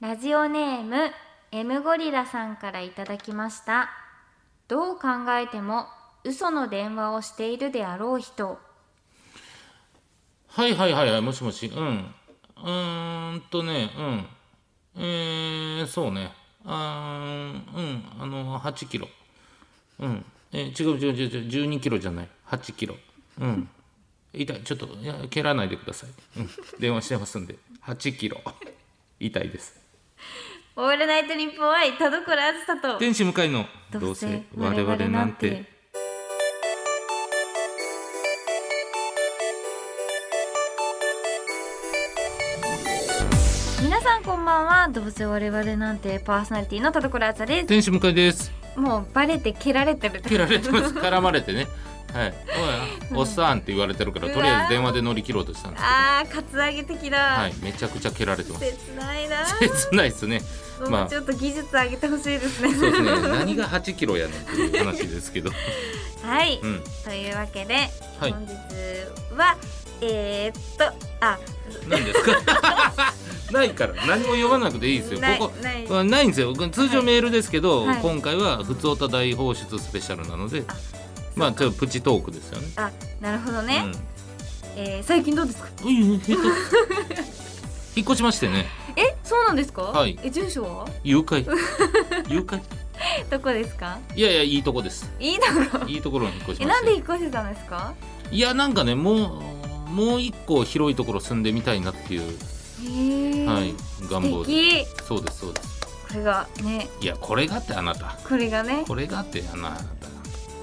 ラジオネーム M ゴリラさんからいただきましたどう考えても嘘の電話をしているであろう人はいはいはいはい、もしもし、うん。うーんとね、うん。えー、そうね。あーうん、あの、8キロ。うん。えー違う違う違う違う、12キロじゃない。8キロ。うん。痛い、ちょっと、いや蹴らないでください。うん。電話してますんで。8キロ。痛いです。オールナイトニッポン愛田所あずさと天使向かいの、どうせ我々なんて。皆さんこんばんはどうせ我々なんてパーソナリティの田所あずさで天使向かいです。すもうバレて蹴られてる蹴られてます。絡まれてね。はい。おい、おっさんって言われてるから、とりあえず電話で乗り切ろうとしたんです けど。あーカツアゲ的だ、はい、めちゃくちゃ蹴られてます。切ないな切ないですね。も まうあちょっと技術上げてほしいですねそうですね。何が8キロやねんっていう話ですけど。 はい、うん。というわけで、はい本日はえー、っとあ何ですか。 ないから何も読まなくていいですよ。ないここないこれないんですよ。通常メールですけど、はい今回は普通歌大放出スペシャルなので、あまあちょっとプチトークですよね。あなるほどね、えー最近どうですかうん。うんえっと 引っ越しましてね。えそうなんですかはいえ住所は誘拐。誘拐。 どこですかいやいやいいとこです。いいとこいいところに引っ越しえまなしんたでよ。引っ越してたんですかいやなんかねもうもう一個広いところ住んでみたいなっていう。へーはい、願望素です。敵そうです、そうです。これがねいや、これがってあなた。これがねこれがってあなた。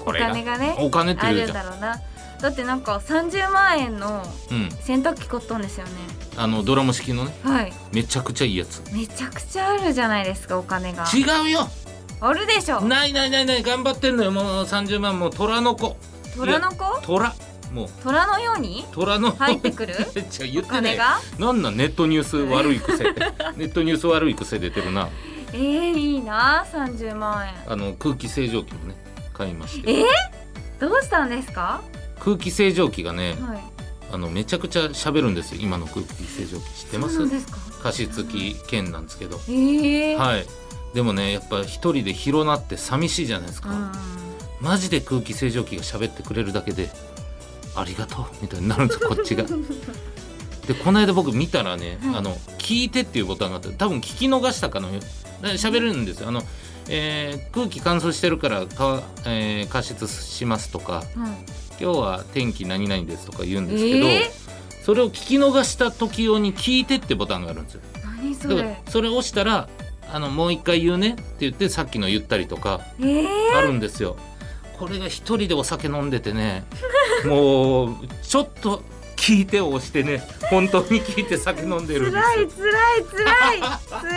おこれが。金がねお金ってあ言うるじゃだん。ろうなだってなんか30万円のうん、洗濯機買ったんですよねあのドラム式のね、はいめちゃくちゃいいやつ。めちゃくちゃあるじゃないですかお金が違うよ。あるでしょないないないない、頑張ってんのよ。もう三十万もう虎の子。虎の子虎。もう虎のように虎の。入 ってくるじゃ言おってな金い。がなんなんネットニュース悪い 癖。ネットニュース悪い癖出てるな。えー、いいな30万円あの空気清浄機もね買いまして。えー、どうしたんですか空気清浄機がね、はいあのめちゃくちゃ喋るんですよ。今の空気清浄機知ってまそうなすん？ですか加湿器券なんですけど、えー、いはい、でもねやっぱ一人で広なって寂しいじゃないですうか、んマジで空気清浄機が喋ってくれるだけでありがとうみたいになるんで すよこっちが。でこの間僕見たらね、はいあの聞いてっていうボタンがあって多分聞き逃したかのようで喋るんですよあの、えー空気乾燥してるからか、えー加湿しますとかうん今日は天気何々ですとか言うんですけど、えそれを聞き逃した時用に聞いてってボタンがあるんですよ。何そだかられそれ押したらあのもう一回言うねって言ってさっきの言ったりとかえー、あるんですよ。これが一人でお酒飲んでてね もうちょっと聞いてを押してね本当に聞いて酒飲んでるんで辛いすよ。辛い辛 い辛すぎる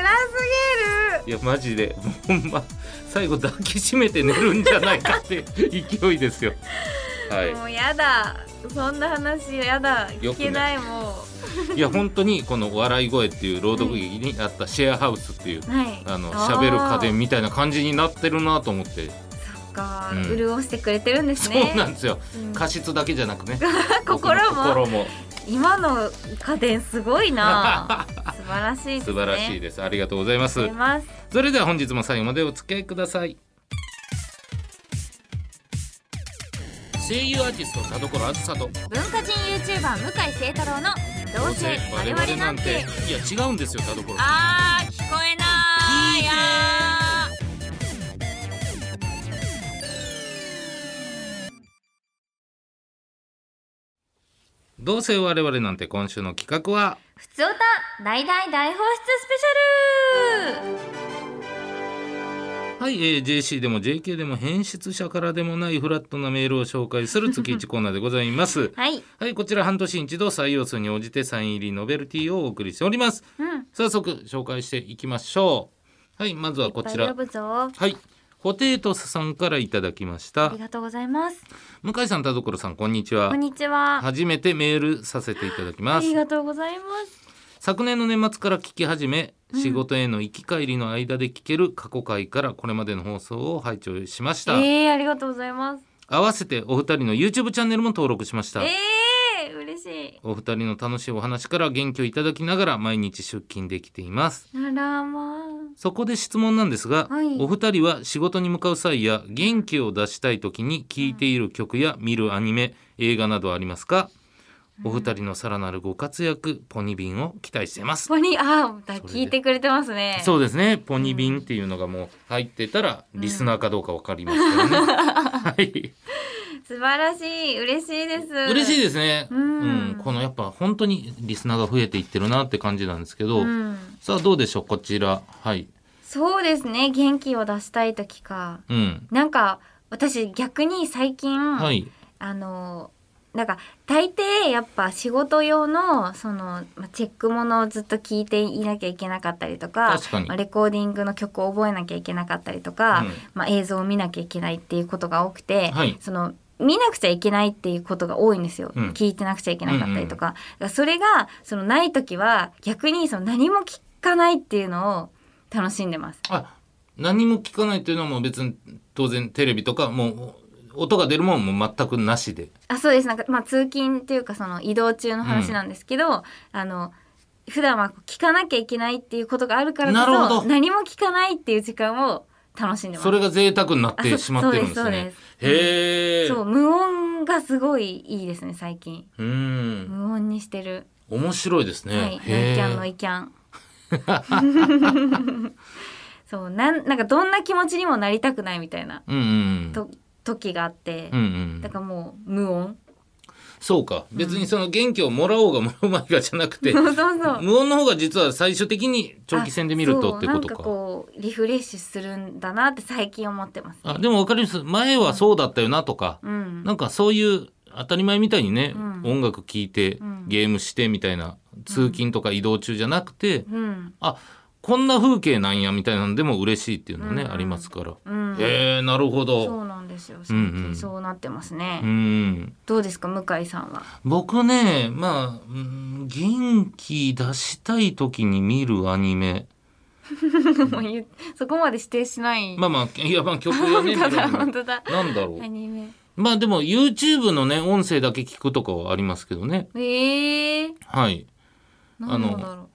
いやマジでほんま最後抱きしめて寝るんじゃないかって 勢いですよ。もはうやだそんな話やだよ聞くけないもい、いや本当にこの「笑い声」っていう朗読劇にあったシェアハウスっていううはいあのー喋る家電みたいな感じになってるなと思って、そっか、うん潤してくれてるんですねそうなんですよ。うん過失だけじゃなくね 心も心も今の家電すごい な素晴らしいですね素晴らしいでですありがとうございますいますそれでは本日も最後までお付き合いください声優アーティスト田所あずさと文化人 YouTuber 向井聖太郎の「どうせ我々なんていや違うんですよ田所」さんあー聞こえないやどうせ我々なんて今週の企画はーふつおた大大大放出スペシャルはい、えー JC でも JK でも編出者からでもないフラットなメールを紹介する月1コーナーでございま すはいはいこちら半年に一度採用数に応じてサイン入りノベルティをお送りしておりますうん早速紹介していきましょうはいまずはこちいっぱいら呼ぶぞはいホテイトスさんからいただきましあたりがとうございます向井さん田所さんこんにちはこんにちは初めてメールさせていただきあますりがとうございます昨年の年末から聞き始め、仕事への行き帰りの間で聞ける過去回からこれまでの放送を拝聴しました、えー、ありがとうございます合わせてお二人の YouTube チャンネルも登録しました、ええー、嬉嬉しお二人の楽しいお話から元気をいただきながら毎日出勤できていますいあらまそこで質問なんですが、はいお二人は仕事に向かう際や元気を出したい時に聴いている曲や見るアニメ映画などありますかお二人のさらなるご活躍ポニビンを期待してますポニあだそれで聞いてくれてますねそうですねポニビンっていうのがもう入ってたらリスナーかどうかわかりま すからね、はい素晴らしい嬉しいです嬉しいいですね、うんうんこのやっぱ本当にリスナーが増えていってるなって感じなんですけど、うん、さあどうでしょうこちらはいそうですね元気を出したい時かうんなんか私逆に最近、はいあのなんか大抵やっぱ仕事用のそのまあチェックものをずっと聞いていなきゃいけなかったりとか確かにまあレコーディングの曲を覚えなきゃいけなかったりとか、うんまあ、映像を見なきゃいけないっていうことが多くて、はいその見なくちゃいけないっていうことが多いんですよ、うん聞いてなくちゃいけなかったりとか,、それがそのない時は逆にその何も聞かないっていうのを楽しんでます。あ何も聞かないというのはもう別に当然テレビとかもう音が出るもんも全くなしであそうですなんか、まあ、通勤っていうかその移動中の話なんですけど、あの普段は聞かなきゃいけないっていうことがあるからなるほこどそ何も聞かないっていう時間を楽しんでますそれが贅沢になっあそてしまってるんですそうでねすそうですへえそうう無音がすごいいいですね最近ん無音にしてる、面白いですね、はいノイへキャンのえイキャン そうなんなんかどんな気持ちにもなりたくないみたいなうんうんと時があって、うんうんだからもう無音 そうか別にその元気をもらおうがもらうまいがじゃなく てそうそうそう無音の方が実は最終的に長期戦で見るとってことあそうなんかかこうリフレッシュするんだなって最近思ってますあでも分かります前はそうだったよなとか、うんなんかそういう当たり前みたいにね、うん音楽聴いて、うんゲームしてみたいな通勤とか移動中じゃなくて、うんあこんな風景なんやみたいなのでも嬉しいっていうのはね、うんありますから、うんへえなるほそどうなんですよ最うんう近んそうなってますね、うんどうですか向井さ んは僕ねまあうん元気出したい時に見るアニメもう言うそこまで指定しない、まあまあいやまあ曲や本ね当見るアだニ メ本当だなんだろうアニメまあでも YouTube のね音声だけ聞くとかはありますけどねええー、はい何なんだろう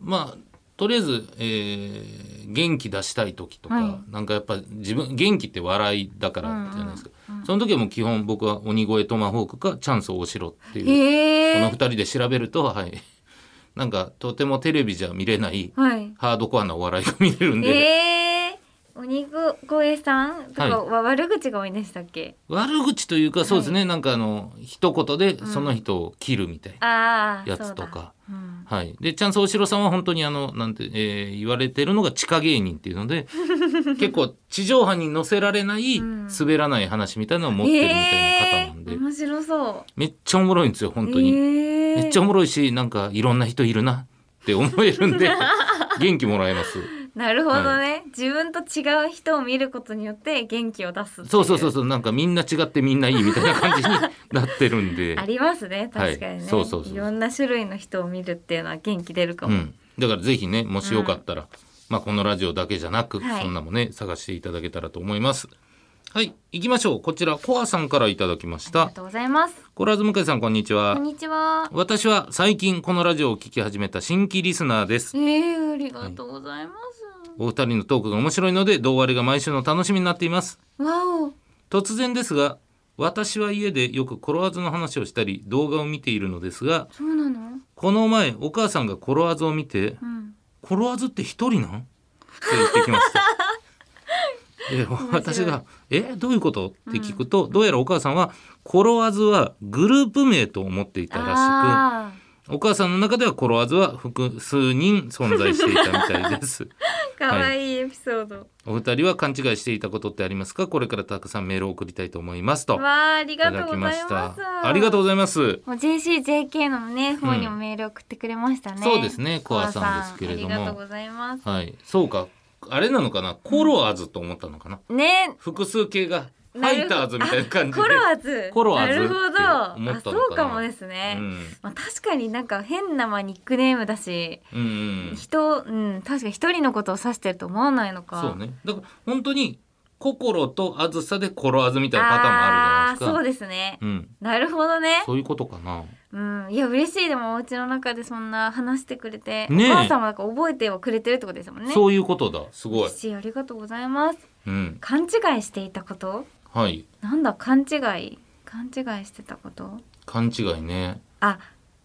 まあとりあえず、えー元気出したい時とか、はなんかやっぱ自分元気って笑いだからじゃないですか、うんうんうんその時はもう基本僕は鬼越トマホークかチャンス大城っていう、えこのえ二人で調べるとはい なんかとてもテレビじゃ見れないー、はいハードコアなお笑いが見れるんで、ええー、鬼越さんとかは悪口が多いんでしたっけ、悪口というかそうですね、なんかあの一言でその人を切るみたいなああやつとか。うん、はい、でチャンス大城さんは本当にあのなんて、えー言われてるのが地下芸人っていう ので結構地上波に載せられないうん滑らない話みたいなのを持ってるみたいな方なんで、えー面白そうめっちゃおもろいんですよ本当えに、ーめっちゃおもろいしなんかいろんな人いるなって思える んで元気もらえますなるほどね、自分と違う人を見ることによって元気を出すっていそうそうそうそうなんかみんな違ってみんないいみたいな感じになってるん であ、りますねはい確かにね、そうそうそうろんな種類の人を見るっていうのは元気出るかうも、ん、だからぜひねもしよかったら、まあ、このラジオだけじゃなく、はいそんなもね探していただけたらと思います。はい、行きましょう。こちら、コアさんからいただきましありがた。とうございますコラーズ向井さん、こんにちこはん。にちは私は最近このラジオを聞き始めた新規リスナーですえ。ー、ありがとうございます、お二人のトークが面白いので、同割れが毎週の楽しみになっています。わ突然ですが、私は家でよくコロワーズの話をしたり動画を見ているのですがおそうなのこの前お母さんがコロワーズを見てうんコロワーズって一人なん?」って言ってきま した。え私が「えどういうこと?」って聞くと、どうやらお母さんはコロワーズはグループ名と思っていたらあしくお母さんの中ではコロワーズは複数人存在していたみたいですー かわいいエピソード、お二人は勘違いしていたことってありますかこれからたくさんメールを送りたいと思いますといわあありがたとだうきございまましすたありがとうございますもう JCJK のね方にもメール送ってくれましたね、そうですねコアさんですけれどもコアさんありがとうございますはいそうかあれなのかなコロワーズと思ったのかなね複数形がフなるァイターズみたいな感じであコロワーズコロワーズなるほどあって思ったのかなそうかもですね、うんまあ、確かになんか変なまあニックネームだしうんうん、人うん確かに一人のことを指してると思わないのかそうねだから本当に心とあずさでコロあずみたいなパターンもあるじゃないですかあーそうですねうん、なるほどねそういうことかなうん、いや嬉しいでもお家の中でそんな話してくれて、ねえお母さんもなんか覚えてはくれてるってことですもんねそういうことだすごい嬉、しいありがとうございますうん、勘違いしていたことはいなんだ勘違い勘違いしてたこと勘違いねあ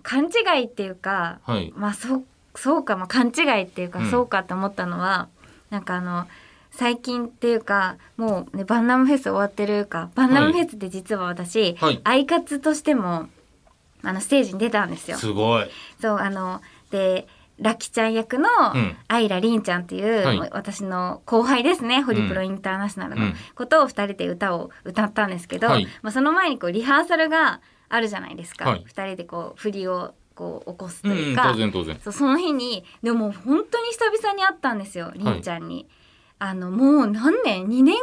勘違いっていうかはいまあそうそうか、まあ、勘違いっていうか、うんそうかって思ったのはなんかあの最近っていうかもうねバンナムフェス終わってるかバンナムフェスって実は私、はいアイカツとしてもあのステージに出たんですよ。すごいそうあのでラキちゃん役のうんアイラリンちゃんっていう、はいもう私の後輩ですねホリプロインターナショナルうのんことを2人で歌を歌ったんですけど、はいまあ、その前にこうリハーサルがあるじゃないですか、はい2人でこう振りをこう起こすとうんいううんか、当然当然そうその日にでも本当に久々に会ったんですよりんちゃんに。あのもう何年2年くらいぶり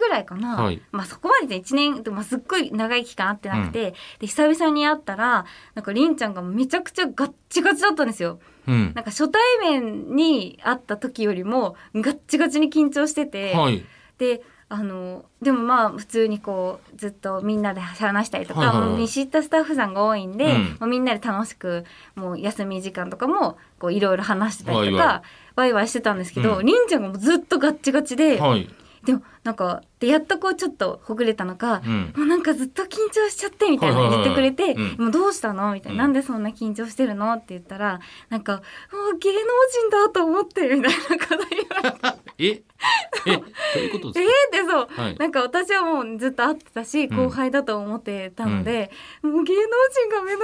ぐらいかな、はいまあそこまでで1年でもすっごい長い期間会ってなくて、で久々に会ったらなんかりんちゃんがめちゃくちゃガッチガチだったんですようんなんか初対面に会った時よりもガッチガチに緊張してて、はいであのでもまあ普通にこうずっとみんなで話したりとか、はいはいはいもう見知ったスタッフさんが多いんで、うんもうみんなで楽しくもう休み時間とかもこういろいろ話してたりとかわいわワイワイしてたんですけど、うりんちゃんがもうずっとガッチガチで、はいでもなんかでやっとこうちょっとほぐれたのか、うんもうなんかずっと緊張しちゃってみたいなはいのはい言はっいてくれて「うんもうどうしたの?」みたいな「なうんんでそんな緊張してるの?」って言ったらなんか「もう芸能人だと思ってる」みたいなこと言われて ええどういうこ「とえーですってそうかはいなんか私はもうずっと会ってたしうん後輩だと思ってたので、もう芸能人が目の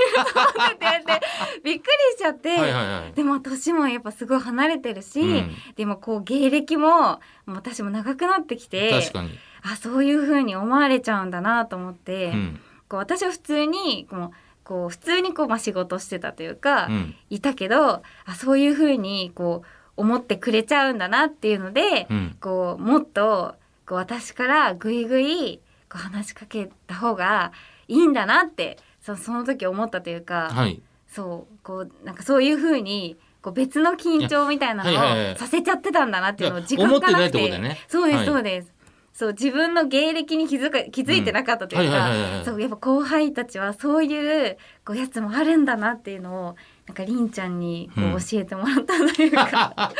前にいると 思っててびっくりしちゃって、はいはいはいでも年もやっぱすごい離れてるし、うんでもこう芸歴ももう私も長くなってきて確かにあそういう風に思われちゃうんだなと思って、うんこう私は普通にこうこう普通にこう、まあ、仕事してたというか、うんいたけどあそういう風にこう思ってくれちゃうんだなっていうので、うんこうもっとこう私からぐいぐいこう話しかけた方がいいんだなってそその時思ったというか、 はいそうこうなんかそういうふうにこう別の緊張みたいなのいやはいはいはをいさせちゃってたんだなっていうのをいや自覚がなくて思ってないってことだよねそうではすいそうです、そう自分の芸歴に気づか気づいてなかったといううんはいはいはいはかいそうやっぱ後輩たちはそういうこうやつもあるんだなっていうのをなんかりんちゃんにこううん教えてもらったというか、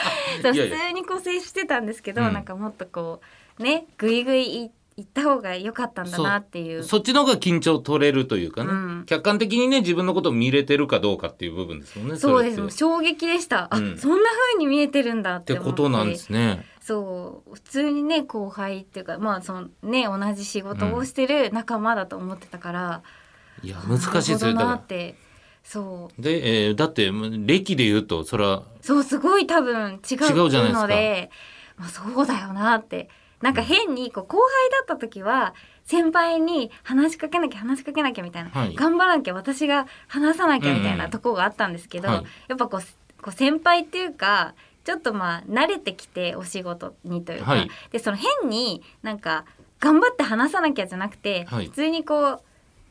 そういやい普や通にこう接してたんですけど、うんなんかもっとこうねぐいぐい行った方が良かったんだなっていうそっちの方が緊張取れるというかね、うん客観的にね自分のことを見れてるかどうかっていう部分ですもんねそうれでっすてもう衝撃でした、うんあそんな風に見えてるんだっってて思ってことなんですねそう普通にね後輩っていうかまあそのね同じ仕事をしてる仲間だと思ってたから、いや難しいですなよだるほどなかってそうらで、えーだって歴で言うとそれはそうすごい多分違う違うじゃないですかので、まあ、そうだよなってなんか変にこう後輩だった時は先輩に話しかけなきゃ話しかけなきゃみたいな、はい頑張らなきゃ私が話さなきゃみたいなとこがあったんですけど、うんうんはいやっぱこうこう先輩っていうかちょっとまあ慣れてきてお仕事にというか、はいでその変になんか頑張って話さなきゃじゃなくて、はい普通にこう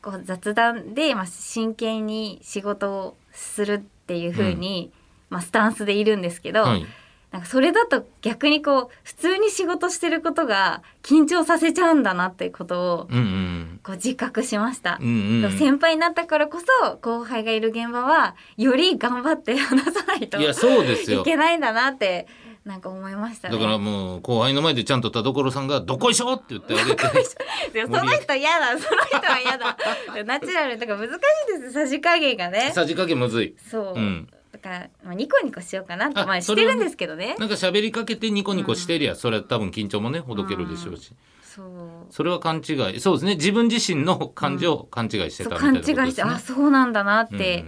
こう雑談で、まあ、真剣に仕事をするっていう風に、まあ、スタンスでいるんですけど、はいなんかそれだと逆にこう普通に仕事してることが緊張させちゃうんだなっていうことをうんうんこう自覚しました。うんうんでも先輩になったからこそ後輩がいる現場はより頑張って話さないといやいそうですよけないんだなってなんか思いましたね。だからもう後輩の前でちゃんと田所さんが「どこいしょ!」って言ってあ げて でもその人嫌だその人は嫌だナチュラルだから難しいですさじ加減がねさじ加減むずいそう、うんだから、まあ、ニコニコしようかなってあまあしそてれはるんですけどねなんか喋りかけてニコニコしてりゃ、それは多分緊張もねほどけるでしょうし、そうそれは勘違いそうですね自分自身の感情を勘違いしてそたうみたい勘な違いことでしてすねあそうなんだなっうんて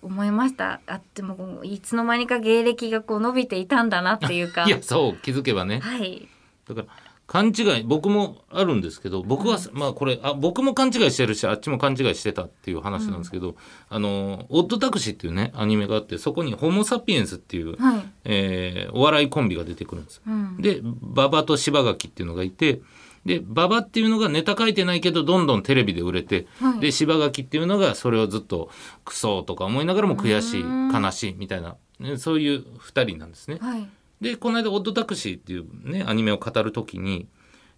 思いました、あでもいつの間にか芸歴がこう伸びていたんだなっていうかいやそう気づけばねはいだから勘違い僕もあるんですけど僕は、まあこれあ僕も勘違いしてるしあっちも勘違いしてたっていう話なんですけど、あの「オッドタクシー」っていうねアニメがあってそこに「ホモ・サピエンス」っていう、はいえーお笑いコンビが出てくるんです。うんで馬場と柴垣っていうのがいてで馬場っていうのがネタ書いてないけどどんどんテレビで売れて、はいで柴垣っていうのがそれをずっとクソとか思いながらも悔しい悲しいみたいな、ねそういう2人なんですね。はいでこの間「オッドタクシー」っていうねアニメを語る時に、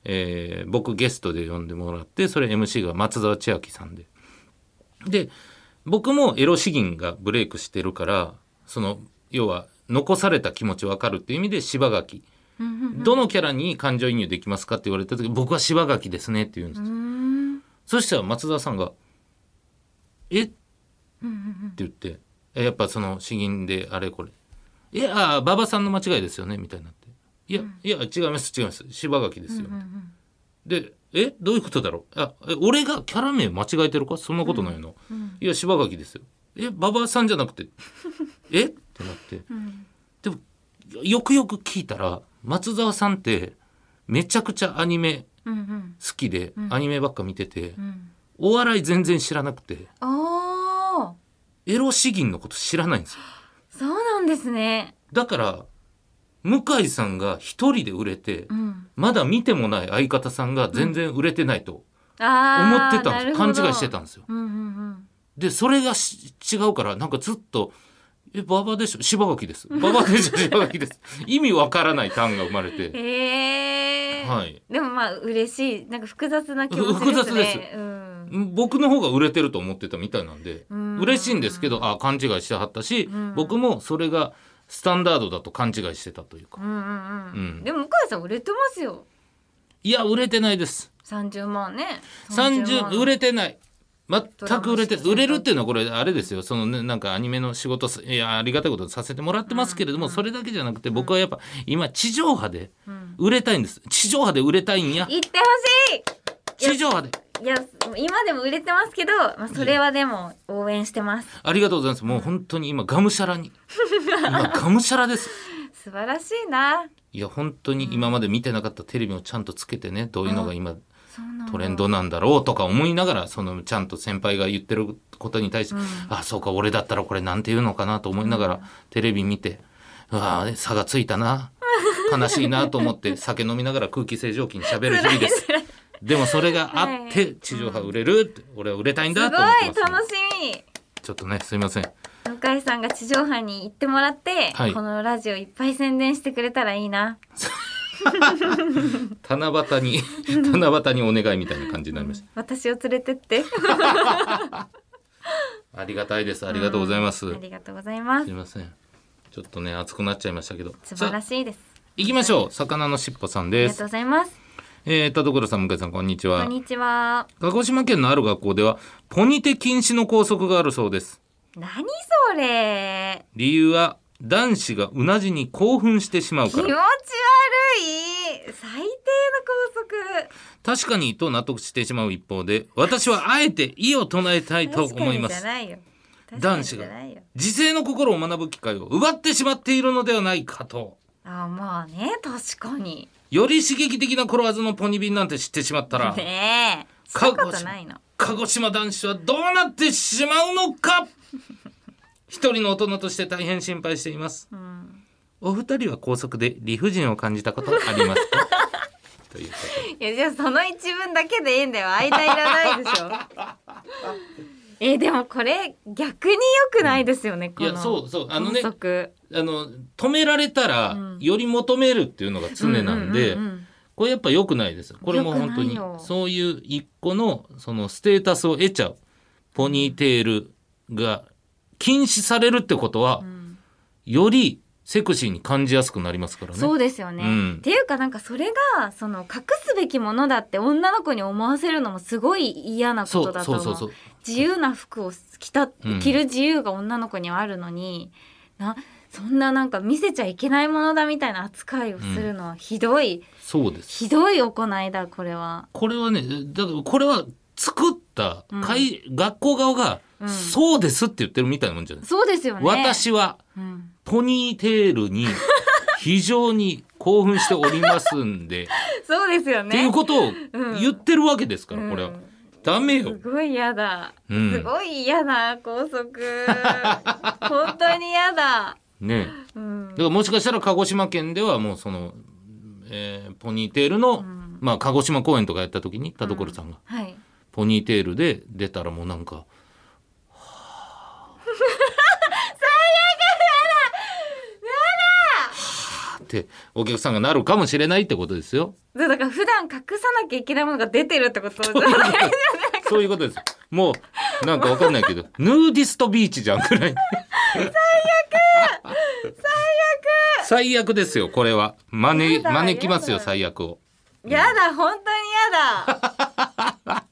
えー僕ゲストで呼んでもらってそれ MC が松沢千明さんでで僕もエロ詩吟がブレイクしてるからその要は残された気持ちわかるっていう意味で柴垣うんうんどのキャラに感情移入できますかって言われた時僕は柴垣ですねって言うんです、うーんそしたら松田さんが「えっ?」ってうんうん言ってえやっぱその詩吟であれこれ「いやあ馬場さんの間違いですよね」みたいになって「いやいや違います違います柴垣ですよ」うんうんで「えどういうことだろうあえ俺がキャラ名間違えてるかそんなことないの、うんいや柴垣ですよ」え「馬場さんじゃなくてえっ?」ってなってうんでもよくよく聞いたら松沢さんってめちゃくちゃアニメうんうん好きで、アニメばっか見てて、うんお笑い全然知らなくてあエロ詩吟のこと知らないんですよーそうなんですねだから向井さんが一人で売れて、うんまだ見てもない相方さんが全然売れてないと思あっーてたんです勘違いしてたなるんですよほどうんうんでそれがし違うからなんかずっと「えババでしょ柴垣 ですババでしょ柴垣です」意味わからない単が生まれうんてへえはいでもまあ嬉しいなんか複雑な気持ちです複ね雑でうん僕の方が売れてると思ってたみたいなんでうん嬉しいんですけどあ勘違いしてはったしうん僕もそれがスタンダードだと勘違いしてたというかうんうんううんんでも向井さん売れてますよいや売れてないです30万ね30売れれてない全く売れてドラマ出演売れるっていうのはこれあれですよそのねなんかアニメの仕事すいやありがたいことさせてもらってますけれども、それだけじゃなくて僕はやっぱ今地上波でうん売れたいんです地上波で売れたいんや言ってほしい地上波でいや今でも売れてますけど、まあ、それはでも応援してますありがとうございますもう本当に今がむしゃらに今がむしゃらです素晴らしいないや本当に今まで見てなかったテレビをちゃんとつけてねどういうのが今そうなんだトレンドなんだろうとか思いながらそのちゃんと先輩が言ってることに対して、あそうか俺だったらこれなんて言うのかなと思いながらテレビ見て、うわあ差がついたな悲しいなと思って酒飲みながら空気清浄機に喋る日々です辛いでもそれがあっはて地上波売れるって、俺は売れたいんすごだと思ってまいす、楽しみちょっとねすいません向井さんが地上波に行ってもらって、はいこのラジオいっぱい宣伝してくれたらいいな七 夕に七夕にお願いみたいな感じになりました、私を連れてってありがたいですありがとうございます、ありがとうございますすいませんちょっとね熱くなっちゃいましたけど素晴らさあしいです行きましょう魚のしっぽさんありでがすとうございますえー、田所さん、向井さん、こんにちこはん。にちは鹿児島県のある学校では、ポニテ禁止の校則があるそうです。何それ理由は、男子がうなじに興奮してしまう気持ちか悪いら。最低の確かに、と納得してしまう一方で、私はあえて意を唱えたいと校則思いま確かにじゃす。ないよ男子確かにじがゃないよ自制の心を学ぶ機会を奪ってしまっているのではないかと。あまあね確かにより刺激的なコロワズのポニビンなんて知ってしまったら、ねえしかたことないの鹿児島男子はどうなってしまうのか一人の大人として大変心配しています。うんお二人は高速で理不尽を感じたことありますか というこいやじゃあその一文だけでいいんだよ間いらないで しょえでもこれ逆に良くないですよね、ことのいやそうそうあのね法則あの止められたらうんより求めるっていうのが常なんで、うううんこれやっぱ良くないですよこれも本当良くないによそういう一個のそのステータスを得ちゃうポニーテールが禁止されるってことはう、んよりセクシーに感じやすくなりますからねそうですよね、うんっていうかなんかそれがその隠すべきものだって女の子に思わせるのもすごい嫌なことだとそう思うそうそう自由な服を着たうん着る自由が女の子にはあるのに、なそんななんか見せちゃいけないものだみたいな扱いをするのはひどい、そうですひどい行いだこれは。これはね、だからこれは作った会、学校側が、うんそうですって言ってるみたいなもんじゃない、そうですよね。、私はうん、ポニーテール に非常に興奮しておりますんで、そうですよね。っていうことをうん言ってるわけですから、これは。うんダメすよ。ごい嫌だ。うんすごい嫌な校 則。本当に嫌だ。ね。うんだからもしかしたら鹿児島県ではもうその、えーポニーテールの、んまあ鹿児島公演とかやった時に田所さんが、はい。ポニーテールで出たらもうなんか、はぁってお客さんがなるかもしれないってことで すよ。だから普段隠さなきゃいけないものが出てるってことじゃないそういうことです。もうなんかわかんないけど、ヌーディストビーチじゃんくらい。最悪最悪ですよ、これは。招やだ招きますよ、やだ最悪を。やだ本当にやだ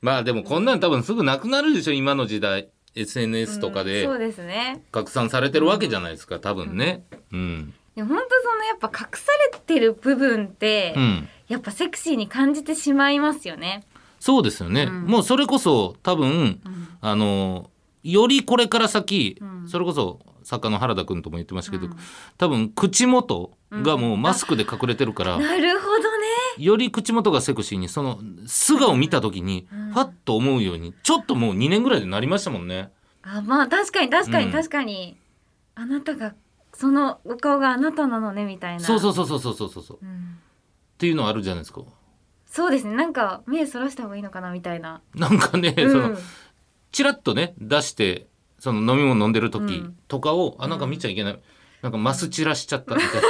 まあでもこんなん多分すぐなくなるでしょ、今の時代。SNS とかでそうですね拡散されてるわけじゃないですか、多分ね。うん。でも本当そのやっぱ隠されてる部分って、うん。やっぱセクシーに感じてしまいますよねそうですよね。うんもうそれこそ多分、あの、よりこれから先、うんそれこそ作家の原田くんとも言ってましたけど、うん多分口元がもうマスクで隠れてるから、なるほどねより口元がセクシーに、その素顔を見た時に、うんファッと思うように、ちょっともう2年ぐらいでなりましたもんね。あまあ確かに確かうんに確かに、あなたがそのお顔があなたなのねみたいなそうそうそうそうそうそうそう。っうんていうのあるじゃないですか。そうですねなんか目そらした方がいいのかなみたいな、なんかね、うんその、チラッとね、出して、その飲み物飲んでる時うんとかを、あ、なんか見ちゃいけない。なんかマス散らしちゃったみたいな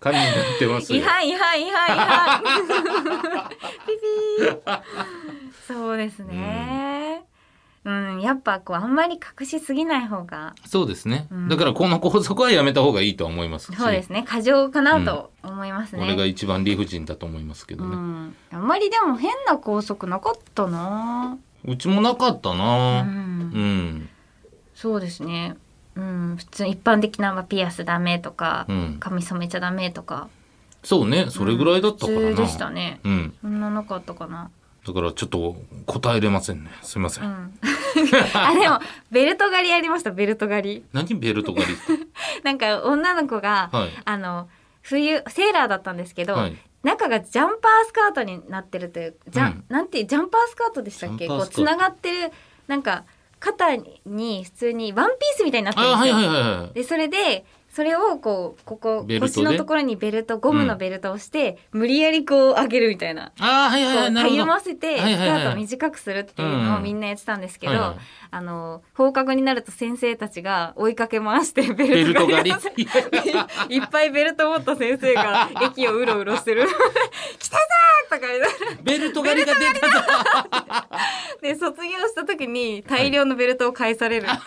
感じになってま す違よ。反違反違反違反ピピーそうですねうん、やっぱこうあんまり隠しすぎない方がそうですねう。んだからこの拘束はやめた方がいいとは思いますし、そうですね過剰かなと思いますね、俺が一番理不尽だと思いますけどうね。ん、あんまりでも変な拘束なかったな、うちもなかったうな。んうん。そうですね、うん、普通一般的な、まあ、ピアスダメとか、うん髪染めちゃダメとかそうね、それぐらいだったからな。普通でしたねうん。そんななかったかな、だからちょっと答えれませんね。すいませ。うん ん、あでもベルト狩りやりましたベルト狩り何ベルト狩りって。なんか女の子が、はいあの冬セーラーだったんですけ ど、はい中がジャンパースカートになってるというじゃ、うんなんてジャンパースカートでしたっけジャこンパーうスカーつなトがってるなんか肩に普通にワンピースみたいになってるんあ、ですはいよ。はいはい。でそれでそれをこうここベルトで腰のところにベルトゴムのベルトをして、無理やりこう上げるみたいな。あー、はいはいこはい。うなたるほゆど。ませてスカはいはいはいートを短くするっていううんのうをんみんなやってたんですけど、はいはいあの放課後になると先生たちが追いかけ回してベルベルトトが狩り。 いっぱいベルト持った先生が駅をうろうろしてる 来たぞーとか言いながらベルト狩りが出たぞ。で卒業した時に大量のベルトを返されるっていう、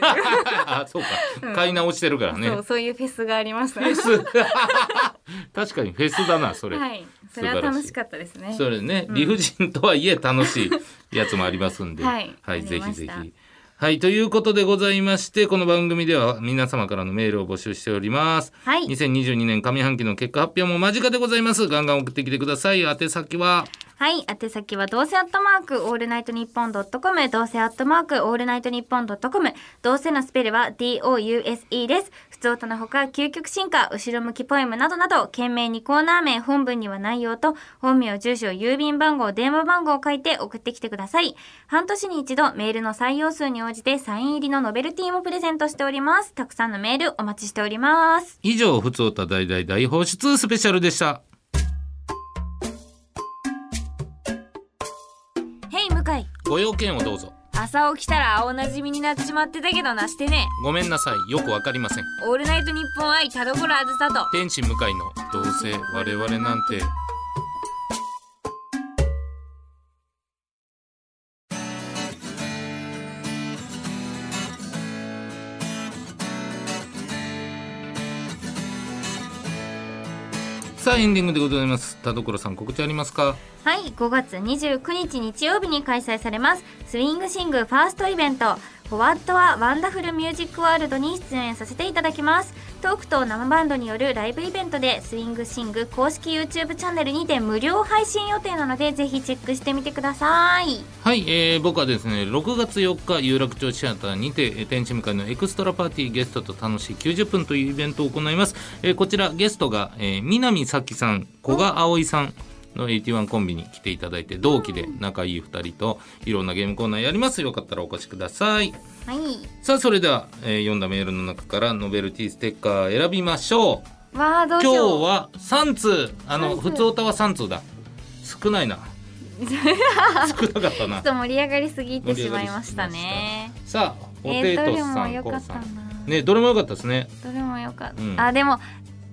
あ、そうか。買い 直してるからね。そうそういうフェスがありましたフェス。 確かにフェスだな、それ。はいそれは楽しかったですねそれね、理不尽とはいえ楽しいやつもありますんで、はいあぜりまひしぜたひ。はい、ということでございまして、この番組では皆様からのメールを募集しております。はい2022年上半期の結果発表も間近でございます。ガンガン送ってきてください。宛先は、はい宛先はどうせアットマークオールナイトニッポンドットコムどうせアットマークオールナイトニッポンドットコムどうせのスペルは DOUSE です普通音のほか究極進化後ろ向きポエムなどなど懸命にコーナー名本文には内容と本名住所郵便番号電話番号を書いて送ってきてください半年に一度メールの採用数に応じてサイン入りのノベルティもプレゼントしておりますたくさんのメールお待ちしております以上、ふつおた大大大放出スペシャルでした。へい向井ご用件をどうぞ。朝起きたら青なじみになっちまってたけどなしてねごめんなさい。よくわかりません。オールナイトニッポン愛田所あずさと天使向かいの、どうせ我々なんて。さあエンディングでございます田所さん告知ありますかはい5月29日日曜日に開催されますスイングシングファーストイベント「フォワットはワンダフルミュージックワールド」に出演させていただきますトークと生バンドによるライブイベントでスイングシング公式 YouTube チャンネルにて無料配信予定なのでぜひチェックしてみてくださいはい、えー僕はですね6月4日有楽町シアターにてえー天使向かいのエクストラパーティーゲストと楽しい90分というイベントを行います、えーこちらゲストが、えー南咲さん古賀葵さんの81コンビに来ていただいて同期で仲いい2人といろんなゲームコーナーやりますよかったらお越しくださいはいさあそれでは、えー読んだメールの中からノベルティステッカー選びましょうわあどうし今日ようは3通あの三通普通歌は3通だ少な いな少なかったちなょっと盛り上がりすぎてしまいましたねさあポテトさん、えーどれも良コかウっさたなんねどれも良かったですねどれもよかった、うんあでも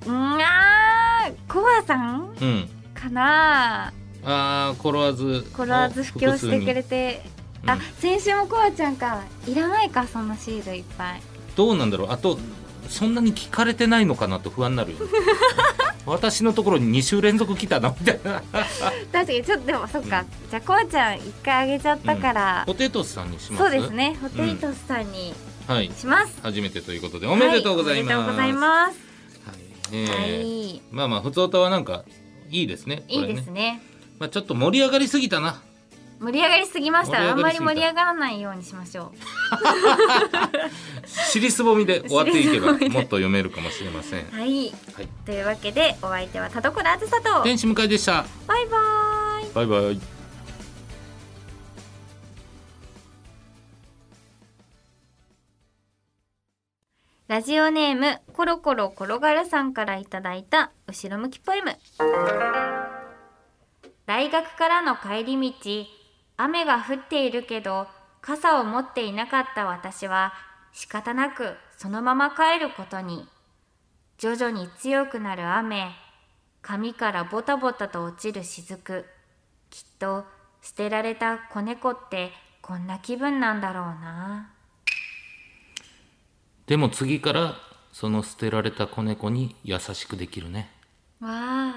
うんあーコアさんうんかなあー転わずコロワーズ布教してくれてあ先週もコアちゃんかいらないかそんなシールいっぱいどうなんだろうあとそんなに聞かれてないのかなと不安になるよね 私のところに2週連続来たなみたいな確かにちょっとでもそっか、うんじゃあコアちゃん一回あげちゃったから、ポテトスさんにしますそうですねホテイトスさんにはいします、初めてということでおめでとうございます、はいおめでとうございますはいねはえい、まあまあ普通歌はなんかいいですねこいいれねですねまあ、ちょっと盛り上がりすぎ たな盛り上がりすぎましたあんまり盛盛りり上上がらないようにしましょ尻すぼみで終わっていけばも尻すぼみでっと読めるかもしれませんうはいはいというわけでお相手は田所あずさと天使向井でしたバイバーイバイバイラジオネームコロコロ転がるさんからいただいた後ろ向きポエム大学からの帰り道雨が降っているけど傘を持っていなかった私は仕方なくそのまま帰ることに徐々に強くなる雨髪からボタボタと落ちる雫きっと捨てられた子猫ってこんな気分なんだろうなでも次からその捨てられた子猫に優しくできるねわあ